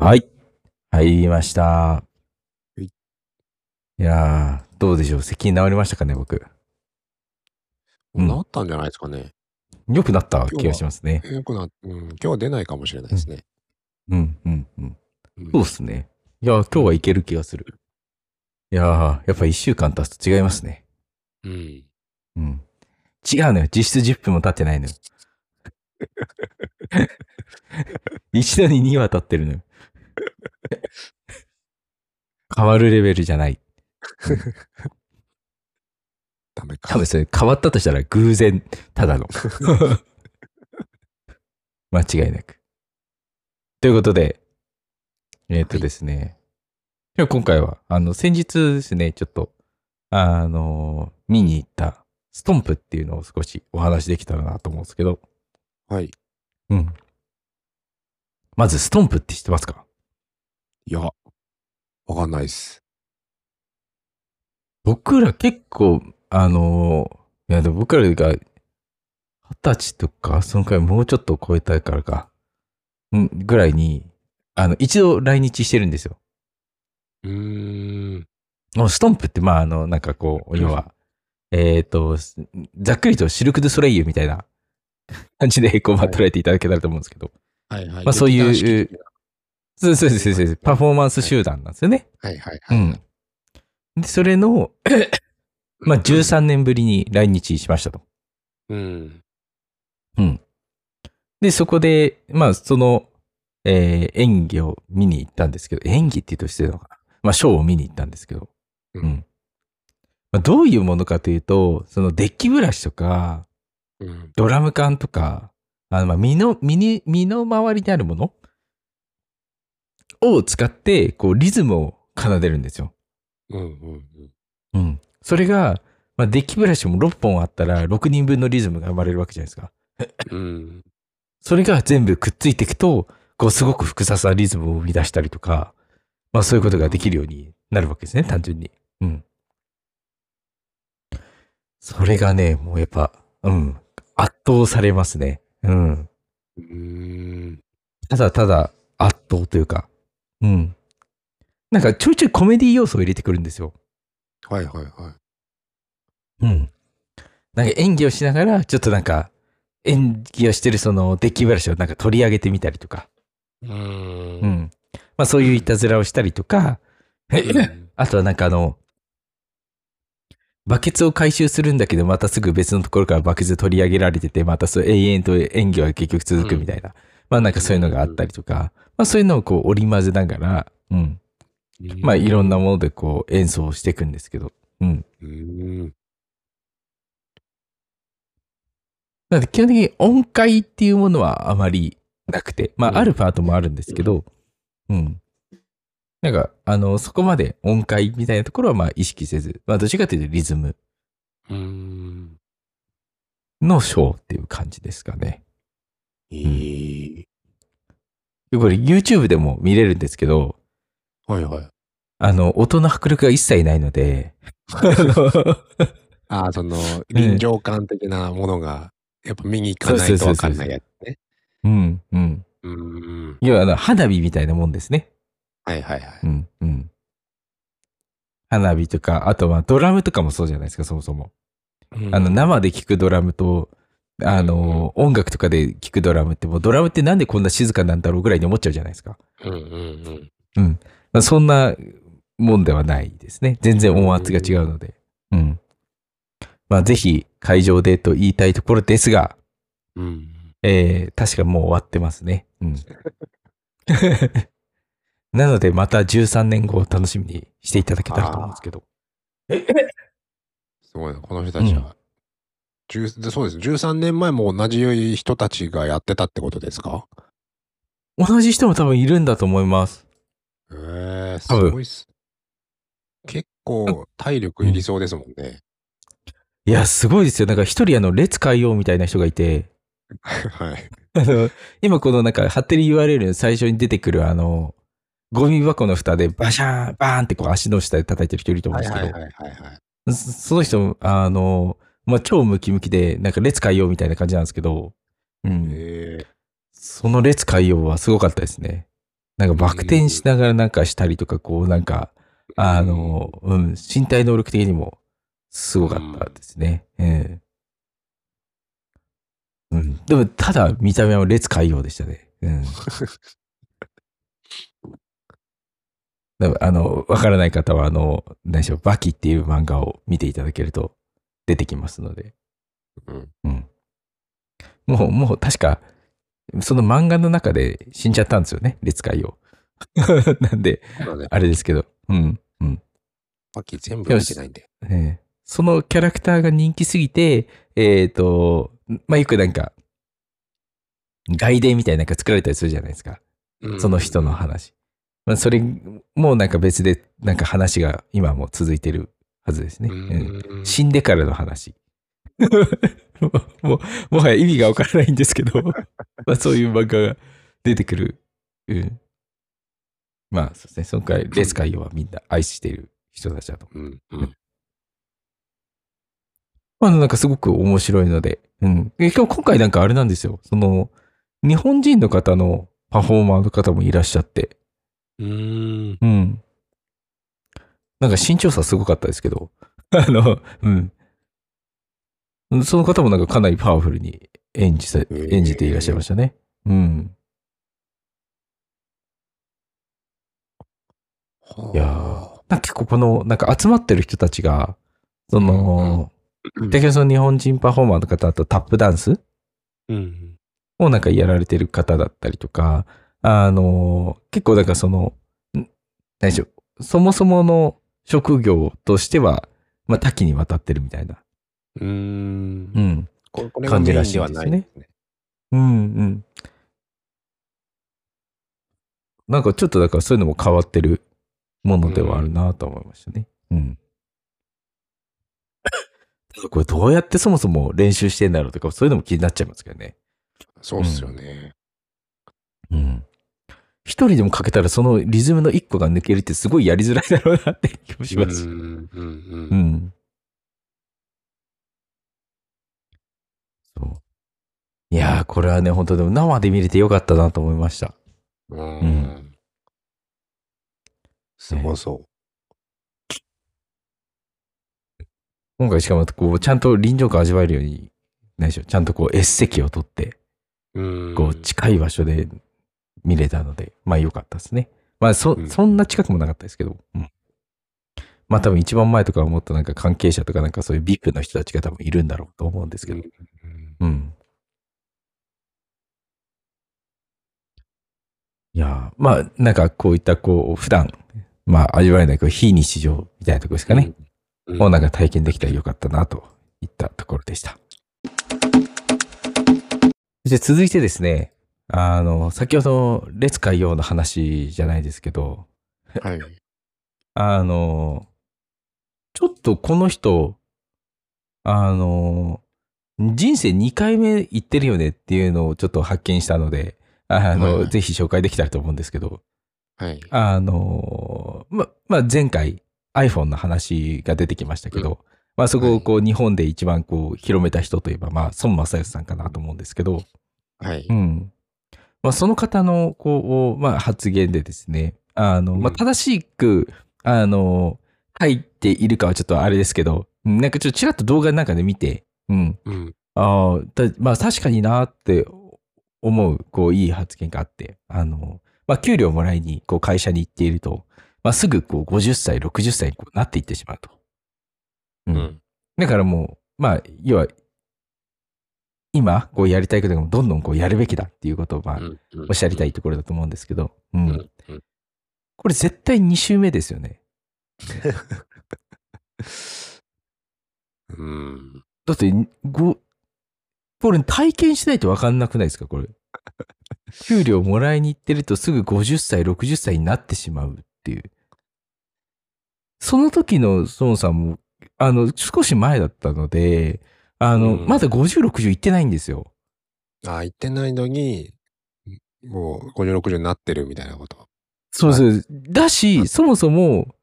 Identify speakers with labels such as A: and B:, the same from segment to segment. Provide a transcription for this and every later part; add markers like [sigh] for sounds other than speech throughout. A: はい。入りました。
B: い
A: いやー、どうでしょう。咳治りましたかね、僕。うん
B: なったんじゃないですかね。
A: 良くなった気がしますね。
B: よくな、うん、今日は出ないかもしれないですね。
A: うん、うん、うん。
B: うん
A: そうっすね。いやー、今日はいける気がする。いやー、やっぱ一週間経つと違いますね。
B: うん。
A: うん。違うのよ。実質10分も経ってない [laughs] のよ。一度に2話経ってるのよ。変わるレベルじゃない。
B: ダメか。
A: 多分それ変わったとしたら偶然、ただの。 [laughs] 間違いなく。ということで、えっ、とですね、では今回は、あの、先日ですね、ちょっと、あの、見に行ったストンプっていうのを少しお話できたらなと思うんですけど、
B: はい。
A: うん。まず、ストンプって知ってますか
B: いや、わかんないです。
A: 僕ら結構、あのーいやでも僕らが二十歳とか、そのくらいもうちょっと超えたからか、うん、ぐらいに、あの、一度来日してるんですよ。
B: うーん。
A: もうストンプって、まあ、あの、なんかこう、
B: うん
A: 要は、えっ、と、すざっくりとシルク・ドゥ・ソレイユみたいな感じで、こう、まあ、
B: はい
A: 捉えていただけたらと思うんですけど、
B: はいはい。
A: まあそういう
B: 劇団四季的
A: そうそうそうそうそう、パフォーマンス集団なんですよね。
B: なはいはいは
A: う
B: い。
A: ん。で、それの、まあ、13年ぶりに来日しましたと。
B: うん。
A: うん。で、そこで、まあ、その、えー演技を見に行ったんですけど、演技って言うとしてるのかなまあ、ショーを見に行ったんですけど、
B: うん
A: うんまあ、どういうものかというと、そのデッキブラシとか、
B: うん。
A: ドラム缶とか、あのまあ身の身に身の回りにあるものを使って、こう、リズムを奏でるんですよ。
B: うん。うん。
A: うん。それが、まあ、デッキブラシも6本あったら、6人分のリズムが生まれるわけじゃないですか。
B: うん。
A: それが全部くっついていくと、こうすごく複雑なリズムを生み出したりとか、まあそういうことができるようになるわけですね、単純に。うん。それがね、もうやっぱ、うん、圧倒されますね。うん。
B: うん。
A: ただただ圧倒というか、うん。なんかちょいちょいコメディ要素を入れてくるんですよ。
B: はいはいは
A: うん。なんか演技をしながら、ちょっとなんか、演技をしてるそのデッキブラシをなんか取り上げてみたりとか、
B: い。うーん
A: う。ん。まあそういういたずらをしたりとか、
B: うん
A: あとはなんかあの、バケツを回収するんだけど、またすぐ別のところからバケツ取り上げられてて、またそう永遠と演技は結局続くみたいな。まあなんかそういうのがあったりとか、まあそういうのをこう織り交ぜながら、うん。まあいろんなものでこう演奏をしていくんですけど、うん。
B: うん。
A: なので基本的に音階っていうものはあまりなくて、ま
B: う
A: あ
B: ん
A: あるパートもあるんですけど、うん。なんか、あの、そこまで音階みたいなところはまあ意識せず、まあどっちかというとリズム
B: うん。
A: のショーっていう感じですかね。
B: いい。
A: でこれ YouTube でも見れるんですけど、
B: はいはい。
A: あの、音の迫力が一切ないので、あの
B: ああ、その、臨場感的なものが、やっぱ見に行かないとわかんないやつね。
A: うん、うん。
B: うーん。
A: 要はあの、花火みたいなもんですね。
B: はいはいは
A: うん、うん。花火とか、あとはドラムとかもそうじゃないですか、そもそも。
B: い。
A: あの、生で聴くドラムと、あの、音楽とかで聴くドラムって、もうドラムってなんでこんな静かなんだろうぐらいに思っちゃうじゃないですか。
B: うんうん
A: まあそんなもんではないですね。全然音圧が違うので。うん。まあ、ぜひ会場でと言いたいところですが、
B: うん。うん。
A: えー、確かもう終わってますね。うん。 [laughs] なので、また13年後を楽しみにしていただけたらと思うんですけど。
B: すごいな、この人たちは。10でそうです。13年前も同じ人たちがやってたってことですか
A: 同じ人も多分いるんだと思います。
B: えー、す
A: 多分
B: ごいっす。結構、体力いりそうですもんね。
A: いや、すごいですよ。なんか一人あの、列変えようみたいな人がいて、
B: はい。
A: [laughs] あの、今このなんか貼ってる URL の最初に出てくるあの、ゴミ箱の蓋でバシャーン、バーンってこう足の下で叩いてる人いると思うん
B: はい
A: です
B: はい
A: け
B: はいはいはい。
A: ど、そその人、あの、まあ、超ムキムキで、なんか列変えようみたいな感じなんですけど、うん。
B: え
A: その列変えようはすごかったですね。なんかバク転しながらなんかしたりとか、こうなんか、あの、うん、身体能力的にもすごかったですね。うん。うん、でも、ただ見た目は列海洋でしたね。
B: [laughs]
A: うん。でもあの、わからない方は、あの、何でしょう、バキっていう漫画を見ていただけると出てきますので。
B: うん
A: うん。もう、もう確か、その漫画の中で死んじゃったんですよね、列海洋。 [laughs] なんで、
B: そうだね。
A: あれですけど。うん。うん。
B: バッキー全部見てないんで。
A: ええそのキャラクターが人気すぎて、えっ、と、まあ、よくなんか、外伝みたいななんか作られたりするじゃないですか。
B: うん
A: その人の。話。まあ、それもなんか別で、なんか話が今も続いてるはずですね。うん
B: うん
A: 死んでからの話。 [laughs] もう、もうもはや意味がわからないんですけ [laughs] ど、まあそういう漫画が出てくる。うん、まあそうですね、その回、レス海洋はみんな愛してる人たちだと。
B: うんうん
A: まあなんかすごく面白いので、うん。え今日今回なんかあれなんですよ、その、日本人の方のパフォーマーの方もいらっしゃって、
B: うーん。
A: うん。なんか身長差すごかったですけど、 [laughs] あの、うん。その方もなんかかなりパワフルに演じさ、
B: ー
A: 演じていらっしゃいましたね。うん。いやーなんか結構この、なんか集まってる人たちが、その、
B: うん
A: だけどその日本人パフォーマーの方だとタップダンス
B: うん。
A: をなんかやられてる方だったりとか、あの、結構だからその、ん何でしょう、そもそもの職業としては、まあ多岐にわたってるみたいな。
B: うー。
A: うんん。
B: ここれがメインではな
A: 感
B: い
A: じらしいん
B: ね。
A: うんうん。なんかちょっとだからそういうのも変わってるものではあるなと思いましたね。うん。ただこれどうやってそもそも練習してんだろうとか、そういうのも気になっちゃいますけどね。
B: そうっすよね。
A: うん。一人でもかけたらそのリズムの一個が抜けるってすごいやりづらいだろうなって気もします
B: う
A: し。
B: んうんうん
A: うん。そう。いやー、これはね、本当でも生で見れてよかったなと思いました。
B: う。
A: うん
B: すごそ
A: 今回しかも、こう、ちゃんと臨場感味わえるように、何でしょう、ちゃんとこう、S 席を取って、
B: う。うん
A: こう、近い場所で見れたので、まあ良かったですね。まあ、そ
B: うん、
A: そんな近くもなかったですけど、うん。まあ多分一番前とかはもっとなんか関係者とかなんかそういう VIP の人たちが多分いるんだろうと思うんですけど、
B: うん
A: うん。いやーまあなんかこういったこう、普段、まあ味わえないこう非日常みたいなところですかね。。
B: うん
A: もうなんか体験できたらよかったなといったところでした。じゃ続いてですね、あの、先ほど、列海洋の話じゃないですけど、
B: はい。
A: あの、ちょっとこの人、あの、人生2回目行ってるよねっていうのをちょっと発見したので、あの、
B: はい
A: ぜひ紹介できたらと思うんですけど、
B: はい。
A: あのま、まあ、前回 iPhone の話が出てきましたけど、まあ、そこをこう日本で一番こう広めた人といえば、まあ、孫正義さんかなと思うんですけど、
B: はい。
A: うんまあ、その方のこう、まあ、発言でですね、あのまあ、
B: うん
A: 正しく、あの入っているかはちょっとあれですけど、うんなんかちょっとちらっと動画の中で見て、うん、
B: うん。
A: ああ、だまあ確かになーって思う、こう、いい発言があって、あの、まあ、給料もらいに、こう、会社に行っていると、まあ、すぐ、こう、50歳、60歳にこうなっていってしまうと。う。
B: うんん。
A: だからもう、まあ、要は、今、こう、やりたいことがどんどん、こう、やるべきだっていうことを、まあ、おっしゃりたいところだと思うんですけど、う。
B: うん。うんん。うん
A: これ、絶対2週目ですよね。
B: うん。
A: だって、ご、これ体験しないと分かんなくないですか、こ
B: [laughs]
A: れ。給料もらいに行ってるとすぐ50歳、60歳になってしまうっていう。その時の孫さんも、あの、少し前だったので、あの、
B: うん
A: まだ50、60行ってないんですよ。
B: あ、行ってないのに、もう50、60になってるみたいなこと。
A: そう。
B: そう
A: だし、そもそも、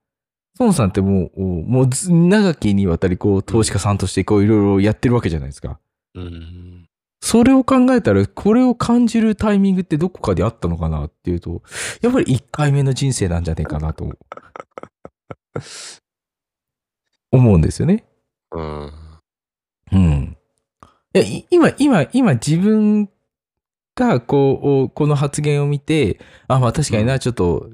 A: 孫さんってもう、もうず長きにわたり、こう、投資家さんとして、こう、いろいろやってるわけじゃないですか。
B: うん。
A: それを考えたら、これを感じるタイミングってどこかであったのかなっていうと、やっぱり1回目の人生なんじゃねえかなと思う思うんですよね。
B: うん。
A: うん。いや、い今、今、今自分がこう、この発言を見て、あ、まあ確かにな、ちょっと、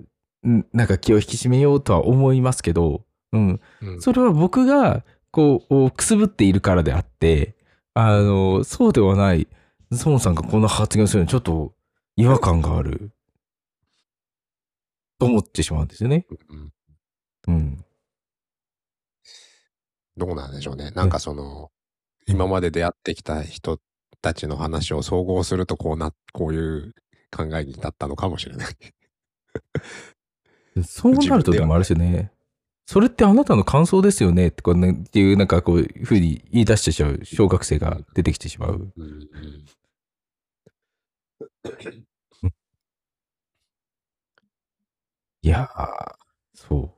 A: んなんか気を引き締めようとは思いますけど、うん。
B: うん
A: それは僕がこうおくすぶっているからであってあのそうではない孫さんがこんな発言をするのにちょっと違和感があると思ってしまうんですよね。
B: うん
A: うん、
B: どうなんでしょうね。なんかその、今まで出会ってきた人たちの話を総合すると、こうな、こういう考えに至ったのかもしれない。
A: そうなるとでもあれですよね。それってあなたの感想ですよねってこう、ね、っていうなんかこういうふうに言い出してしまう小学生が出てきてしまう。
B: うんうん
A: いやーそ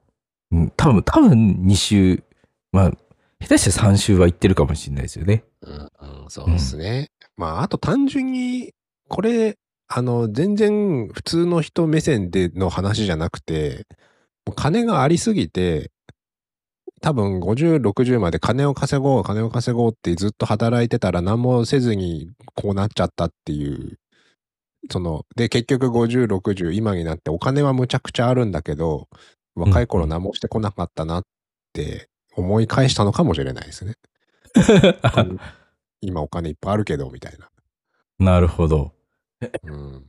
A: う。うん、多分、多分2週、まあ、下手して3週は行ってるかもしれないですよ [laughs] ね。
B: うんうん、そうですね。まあ、あと単純に、これ、あの、全然普通の人目線での話じゃなくて、もう金がありすぎて、多分50、60まで金を稼ごう、金を稼ごうってずっと働いてたら何もせずにこうなっちゃったっていう、その、で、結局50、60、今になってお金はむちゃくちゃあるんだけど、若い頃何もしてこなかったなって思い返したのかもしれないですね。 [laughs] 今お金いっぱいあるけど、み
A: [laughs]
B: たいな。
A: なるほど。
B: うん、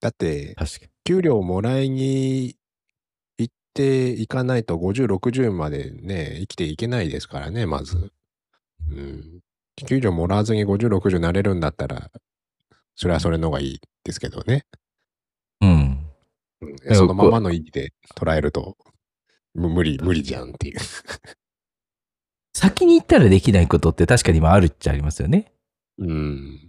B: だって、
A: 確か
B: 給料もらいに行っていかないと50、60までね、生きていけないですからね、まず。うん。給料もらわずに50、60なれるんだったら、それはそれの方がいいですけどね。
A: に。うん。
B: うん
A: や
B: そのままの意義で捉えると、む無理、無理じゃんっていう。
A: 先に行ったらできないことって確かに今あるっちゃありますよね。
B: うん。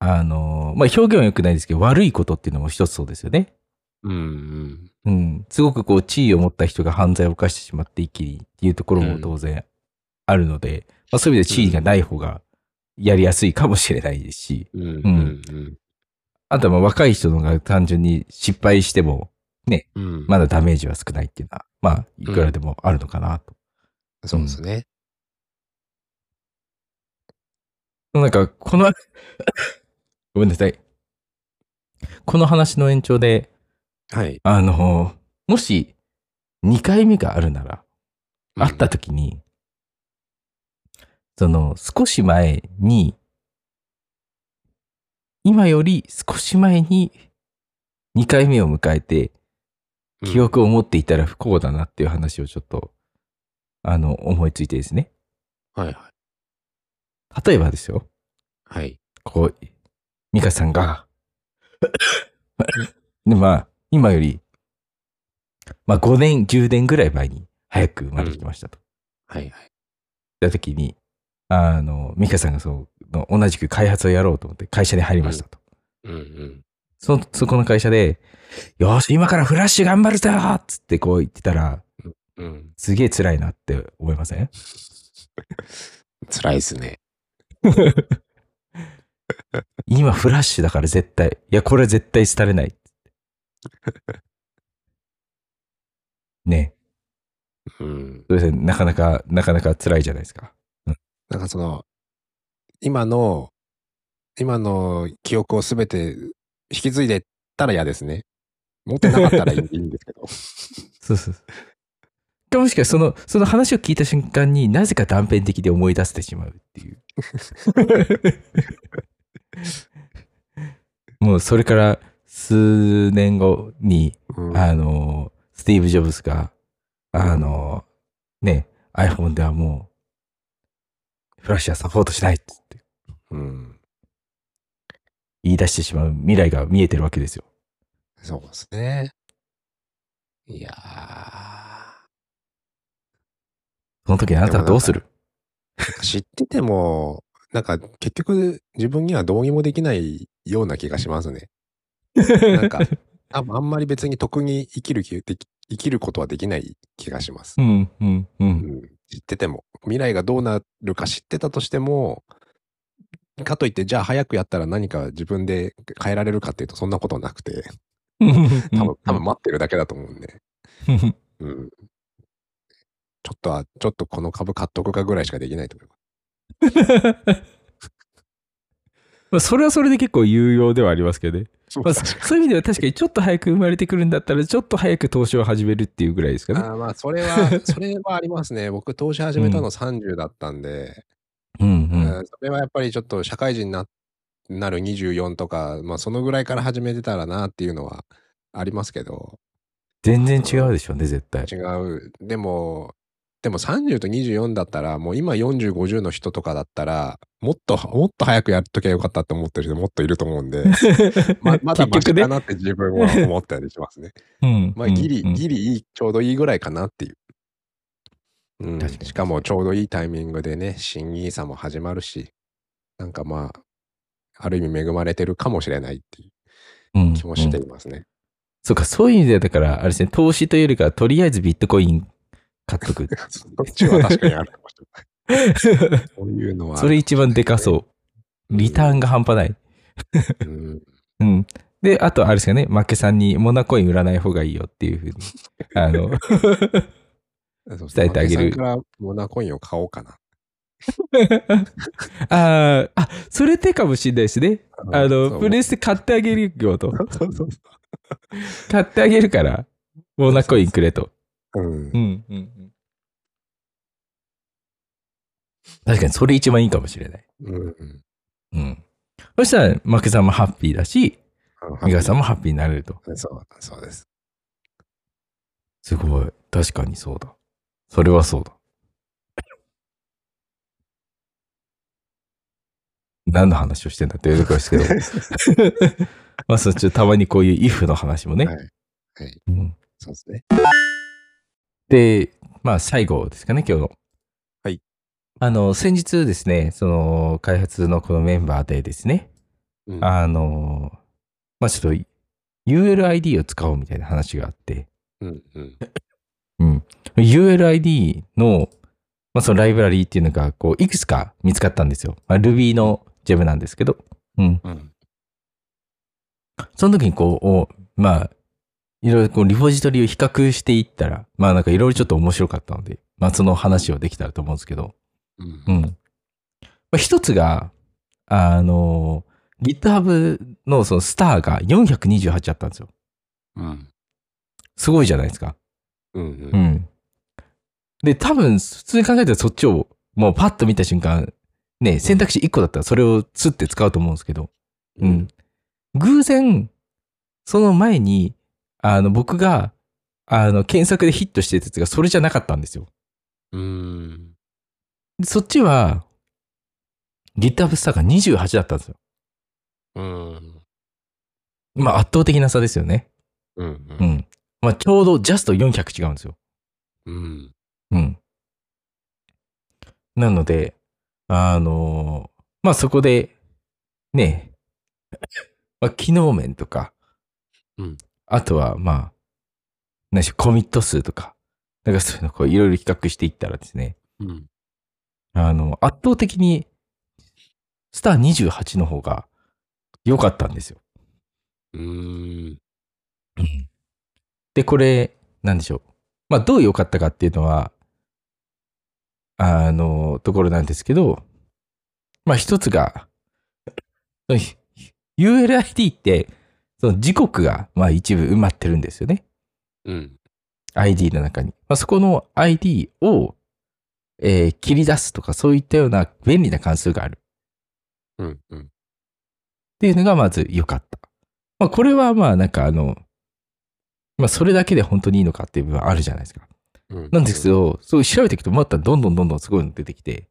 A: あのー、まあ、表現は良くないですけど、悪いことっていうのも一つそうですよね。
B: うんうん。
A: うん。すごくこう、地位を持った人が犯罪を犯してしまって一気にっていうところも当然あるので、まあ、そういう意味で地位がない方がやりやすいかもしれないですし、
B: うん。うん。うん。
A: あとはまあ若い人の方が単純に失敗しても、
B: うん。
A: まだダメージは少ないっていうのは、まあ、いくらでもあるのかなと。
B: そうですね。
A: なんか、この、ごめんなさい。この話の延長で、
B: はい。
A: あの、もし、2回目があるなら、会った時に、その、少し前に、今より少し前に、2回目を迎えて、
B: うん
A: 記憶を持っていたら不幸だなっていう話をちょっと、あの、思いついてですね。
B: はいは
A: 例えばですよ。
B: い。はい。
A: こう、ミカさん
B: [laughs]
A: が、で、まあ、今より、まあ、5年、10年ぐらい前に早く生まれてきましたと。
B: はい
A: 言った時に、あの、ミカさんがその、同じく開発をやろうと思って会社に入りましたと。
B: うんうん。
A: その、そこの会社で、よーし、今からフラッシュ頑張るぞーっつってこう言ってたら、
B: うん。
A: すげえ辛いなって思いません
B: 辛いですね。
A: [laughs] 今フラッシュだから絶対。いや、これは絶対廃れない。 [laughs] ねえ、
B: うん。
A: それでなかなか、なかなか辛いじゃないですか。
B: なんかその、今の、今の記憶をすべて引き継いでったら嫌ですね。持ってなかったらいいいいんですけど。
A: そうそうそう。かもしくはその、その話を聞いた瞬間になぜか断片的で思い出してしまうって [laughs] いう。もうそれから数年後に、
B: [laughs] うん
A: あの、スティーブ・ジョブズが、あの、ね、iPhone ではもう、フラッシュはサポートしないっつって
B: うん
A: 言い出してしまう未来が見えてるわけですよ。
B: そうですね。いやー
A: その時あなたはどうする
B: 知ってても、なんか結局自分にはどうにもできないような気がしますね。なんか、多分あんまり別に特に生きる気でき生きることはできない気がします
A: う。ん、うん、う。
B: うんん、知ってても未来がどうなるか知ってたとしてもかといって、じゃあ早くやったら何か自分で変えられるかっていうと、そんなことなくて、多分、多分待ってるだけだと思うんで。うん。ちょっとは、ちょっとこの株買っとくかぐらいしかできないと思います。
A: まあそれはそれで結構有用ではありますけどね。
B: そ
A: まあ、そそういう意味では確かにちょっと早く生まれてくるんだったら、ちょっと早く投資を始めるっていうぐらいですかね。
B: あーまあ、それ [laughs] は、それはありますね。僕、投資始めたの30だったんで、
A: うん
B: うんそれはやっぱりちょっと社会人にななる24とか、まあ、そのぐらいから始めてたらなっていうのはありますけど、
A: 全然違うでしょうね、絶対。
B: 違う。でも、でも30と24だったら、もう今40、50の人とかだったら、もっと、 [laughs] もっと早くやっときゃよかったって思ってる人もっといると思う
A: [laughs]
B: んで、まま
A: 結
B: だマシ
A: 局
B: か
A: ね。
B: なって自分は思ったりしま
A: [laughs]
B: すね。
A: うん
B: まあ、ギリ、
A: うん
B: ギリいい、ちょうどいいぐらいかなっていう。うん、
A: 確かに
B: しかもちょうどいいタイミングでね、新ニーサも始まるし、なんかまあ、ある意味恵まれてるかもしれないってい
A: うん
B: う気もして
A: うん
B: いますね。 [laughs]
A: そうか、そういう意味ではだから、あれですね、投資というよりかは、とりあえずビットコイン買っとく。
B: そっちは確かにあるかもしれ
A: [laughs]
B: ない。そういうのはある。
A: それ一番でかそう。リターンが半端ない。
B: うん
A: うん。で、あと、あれですよね、負けさんにモナコイン売らない方がいいよっていう
B: [laughs]
A: ふうに、あの、 [laughs]
B: そう
A: 伝えてあげる
B: マケさんからモナコインを買おうかな。
A: あーあ、それてかもしれないですね。あ
B: そ
A: の、
B: う
A: プレステ買ってあげるよと。
B: そうそうそ
A: 買ってあげるから、モナコインくれと。
B: う。うん
A: う。んうんうん。確かに、それ一番いいかもしれない。
B: うん。
A: うん。そしたら、負けさんもハッピーだし、美香さんもハッピーになれると。
B: ん。そう、そうです。
A: すごい。確かにそうだ。それはそうだ。 [laughs] 何の話をしてんだって言うとこですけど。
B: [laughs]
A: まあ、そっちたまにこういう if の話もね。
B: はいはい
A: うん
B: そうですね。
A: で、まあ、最後ですかね、今日の。
B: はい。
A: あの、先日ですね、その、開発のこのメンバーでですね、
B: うん
A: あの、まあ、ちょっと、ULID を使おうみたいな話があって、
B: うんうん。
A: うん、ULID の,、まあそのライブラリーっていうのがこういくつか見つかったんですよ。まあ、Ruby のジェムなんですけど、うん、
B: うん。
A: その時にこう、おまあ、いろいろこうリポジトリを比較していったら、まあなんかいろいろちょっと面白かったので、まあその話をできたらと思うんですけど、
B: うん
A: うん。まあ、一つが、あの、GitHub のそのスターが428あったんですよ。
B: うん。
A: すごいじゃないですか。
B: うん
A: う。ん。で、多分、普通に考えたらそっちを、もうパッと見た瞬間、ね、選択肢1個だったらそれをスッて使うと思うんですけど、
B: う
A: うんん。偶然、その前に、あの、僕が、あの、検索でヒットしてたやつがそれじゃなかったんですよ。
B: うん。
A: でそっちは、GitHub スターが28だったんですよ。
B: うん。
A: まあ、圧倒的な差ですよね。
B: う。
A: うんん。まあ、ちょうどジャスト400違うんですよ。
B: うん。
A: うん。なので、あのーまあそこで、ね、 [laughs] まあ機能面とか、
B: うん
A: あとはまあ、何でしょう、コミット数とか、なんかそういうのこういろいろ比較していったらですね、
B: うん。
A: あの、圧倒的に、スター28の方が良かったんですよ。
B: うん。
A: で、これ、なんでしょう。まあ、どう良かったかっていうのは、あの、ところなんですけど、まあ、一つが、その ULID って、その時刻が、まあ、一部埋まってるんですよね。
B: うん。
A: ID の中に。まあ、そこの ID を、えー切り出すとか、そういったような便利な関数がある。
B: うん。うん。
A: っていうのがまず良かった。まあ、これはまあなんかあの、まあそれだけで本当にいいのかっていう部分はあるじゃないですか。
B: うん。
A: なんですけど、そう調べていくとまたどんどんどんどんすごいの出てきて、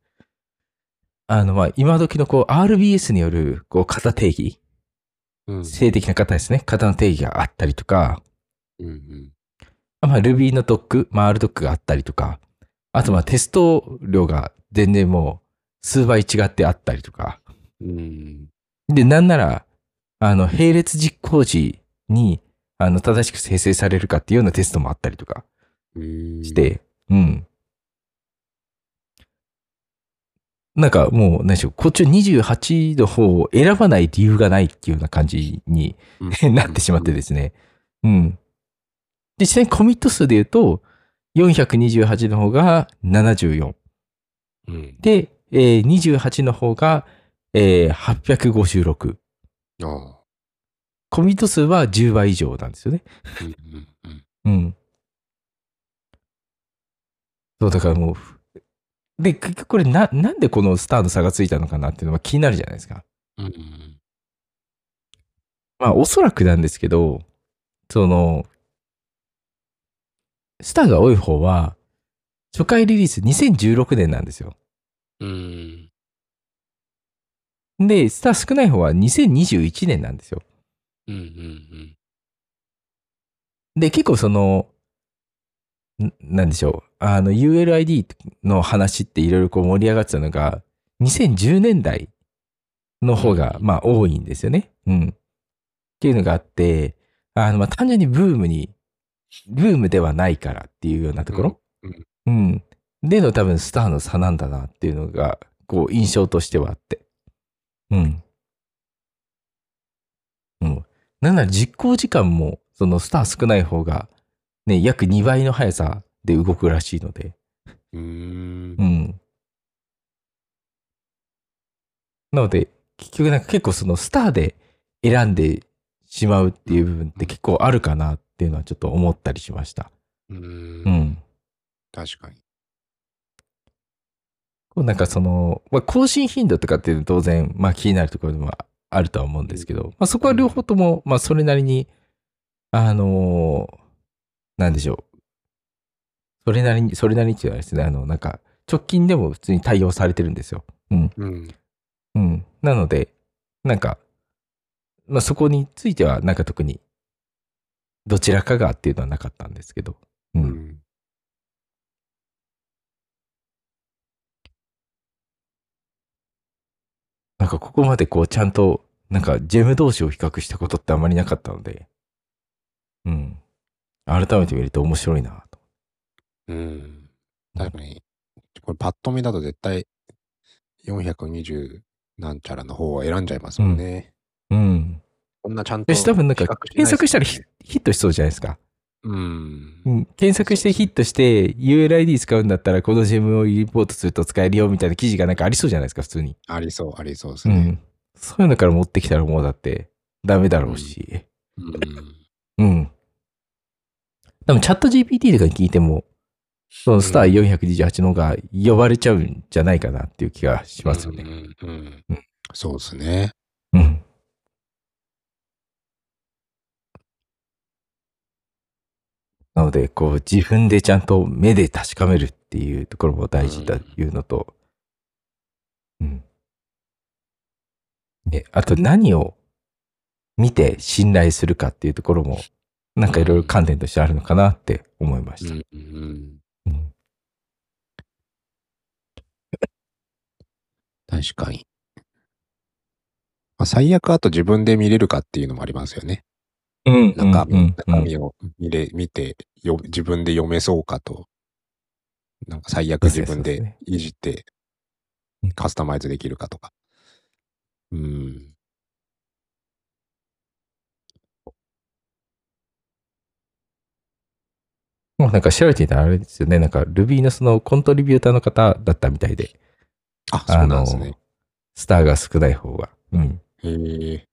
A: あのまあ今時のこう RBS によるこう型定義、
B: うん。
A: 性的な型ですね、型の定義があったりとか、
B: うん。
A: まあ Ruby のドック、まあ RDoc があったりとか、あとまあテスト量が全然もう数倍違ってあったりとか、
B: うん。
A: で、なんなら、あの、並列実行時に、あの、正しく生成されるかっていうようなテストもあったりとか
B: うん。
A: し。て、うん。なんかもう、何でしょう、こっちの28の方を選ばない理由がないっていうような感じに [laughs] なってしまってですね。うん。で、実際にコミット数で言うと、428の方が74。
B: うん。
A: で、えー28の方が、えー856。
B: ああ。
A: コミット数は10倍以上なんですよね。
B: うんうんうん
A: うん。そう、だからもう、で、結局これな、なんでこのスターの差がついたのかなっていうのは気になるじゃないですか。
B: うんうん
A: まあ、おそらくなんですけど、その、スターが多い方は、初回リリース2016年なんですよ。
B: うん。
A: で、スター少ない方は2021年なんですよ。
B: うんうん
A: で、結構その、んなんでしょう、あの、ULID の話っていろいろこう盛り上がってたのが、2010年代の方が、まあ、多いんですよね。うん。っていうのがあって、あの、まあ、単純にブームに、ブームではないからっていうようなところ、
B: うん
A: うん。での多分スターの差なんだなっていうのが、こう印象としてはあって。うん。うん。なんなら実行時間も、そのスター少ない方が、ね、約2倍の速さで動くらしいので。
B: うん。うん
A: う。ん。なので、結局なんか結構そのスターで選んでしまうっていう部分って結構あるかなっていうのはちょっと思ったりしました。
B: う。
A: うんん。
B: 確かに。
A: こうなんかその、まあ、更新頻度とかっていうのは当然、まあ、気になるところでもあるとは思うんですけど、まあ、そこは両方とも、まあ、それなりに、あのーなんでしょう。それなりに、それなりにっていうのはですね、あの、なんか、直近でも普通に対応されてるんですよ。うん。
B: うん。
A: うん。なので、なんか、まあ、そこについては、なんか特に、どちらかがっていうのはなかったんですけど、う。
B: うんん。
A: なんかここまでこう、ちゃんと、なんかジェム同士を比較したことってあまりなかったので、うん。改めて見ると面白いなと。
B: うん。確かに。これパッと見だと絶対420なんちゃらの方を選んじゃいますもんね。
A: うん。
B: こんなちゃんと
A: よし、多分なんか、検索したらヒヒ
B: 比較しないです
A: ットしそうじゃないですか。
B: もんね。
A: う
B: うん。
A: ん。検索してヒットして、ULID 使うんだったら、このジェムをリポートすると使えるよみたいな記事がなんかありそうじゃないですか、普通に。
B: ありそう、ありそうです
A: う
B: ね。
A: ん。そういうのから持ってきたらもうだってダメだろうし。
B: う
A: う
B: ん。
A: ん。でもチャット GPT とかに聞いても、そのスター428の方が呼ばれちゃうんじゃないかなっていう気がしますよね。
B: うんうん
A: うん
B: そうですね。
A: うん。なので、こう自分でちゃんと目で確かめるっていうところも大事だっていうのと、うん。で、あと何を見て信頼するかっていうところも、なんかいろいろ観点としてあるのかなって思いま
B: う
A: した。
B: んうん
A: うん。
B: 確かに。まあ、最悪あと自分で見れるかっていうのもありますよね。
A: うん
B: 中
A: うんうん
B: 中身を見れ、見てよ、自分で読めそうかと。なんか最悪
A: そうです
B: 自
A: ねそうで
B: 分
A: す
B: で
A: ね
B: いじって
A: うん
B: カスタマイズできるかとか。うん。
A: もうなんか調べてみたらあれですよね。なんか Ruby のそのコントリビューターの方だったみたいで。
B: あ、そ
A: あ
B: うなん
A: の
B: ですね。
A: スターが少ない方が。うん。
B: へえ。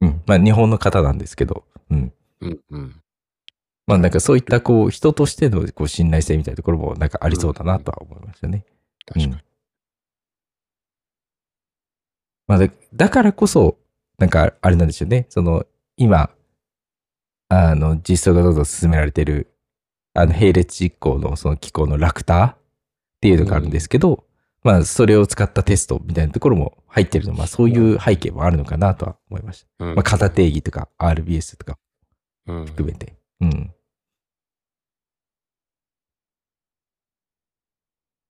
A: うん。まあ日本の方なんですけど。うん。
B: うんうん。
A: まあなんかそういったこう人としてのこう信頼性みたいなところもなんかありそうだなとは思いましたね。
B: 確か
A: う
B: に
A: ん。まあだだからこそ、なんかあれなんですよね。その今、あの実装がどんどん進められてる、あの並列実行のその機構のラクターっていうのがあるんですけど、まあそれを使ったテストみたいなところも入ってるの、まあそういう背景もあるのかなとは思いました。
B: うん
A: まあ型定義とか RBS とか
B: うん
A: 含めて。うん。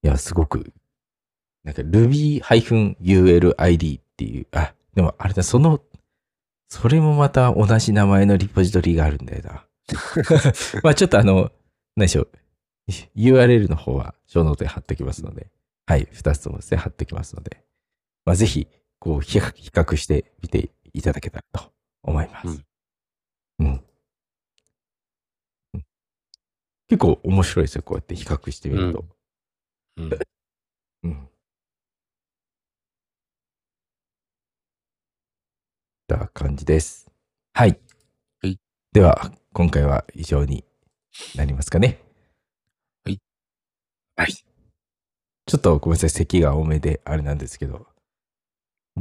A: いや、すごく、なんか Ruby-ULID っていう、あ、でもあれだ、その、それもまた同じ名前のリポジトリがあるんだよな。まあちょっとあの、何でしょう、URL の方は小ノートに貼っておきますので、はい、2つともですね、貼っておきますので、まあ、ぜひ、こう、比較比較してみていただけたらと思います。うん。うん結構面白いですよ、こうやって比較してみると。
B: うん
A: うん。た感じです。はい。
B: はい
A: では、今回は以上になりますかね。
B: はい。
A: はい。ちょっとごめんなさい、咳が多めであれなんですけど、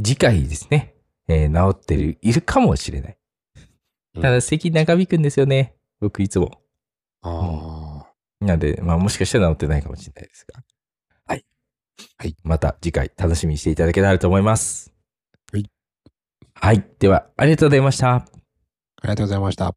A: 次回ですね、えー治ってる、いるかもしれない。
B: うん
A: ただ、咳長引くんですよね。僕いつも。
B: あ
A: なんで、まあもしかしたら治ってないかもしれないですが。はい。
B: はい。
A: また次回楽しみにしていただけたらと思います。
B: はい。
A: はい。では、ありがとうございました。
B: ありがとうございました。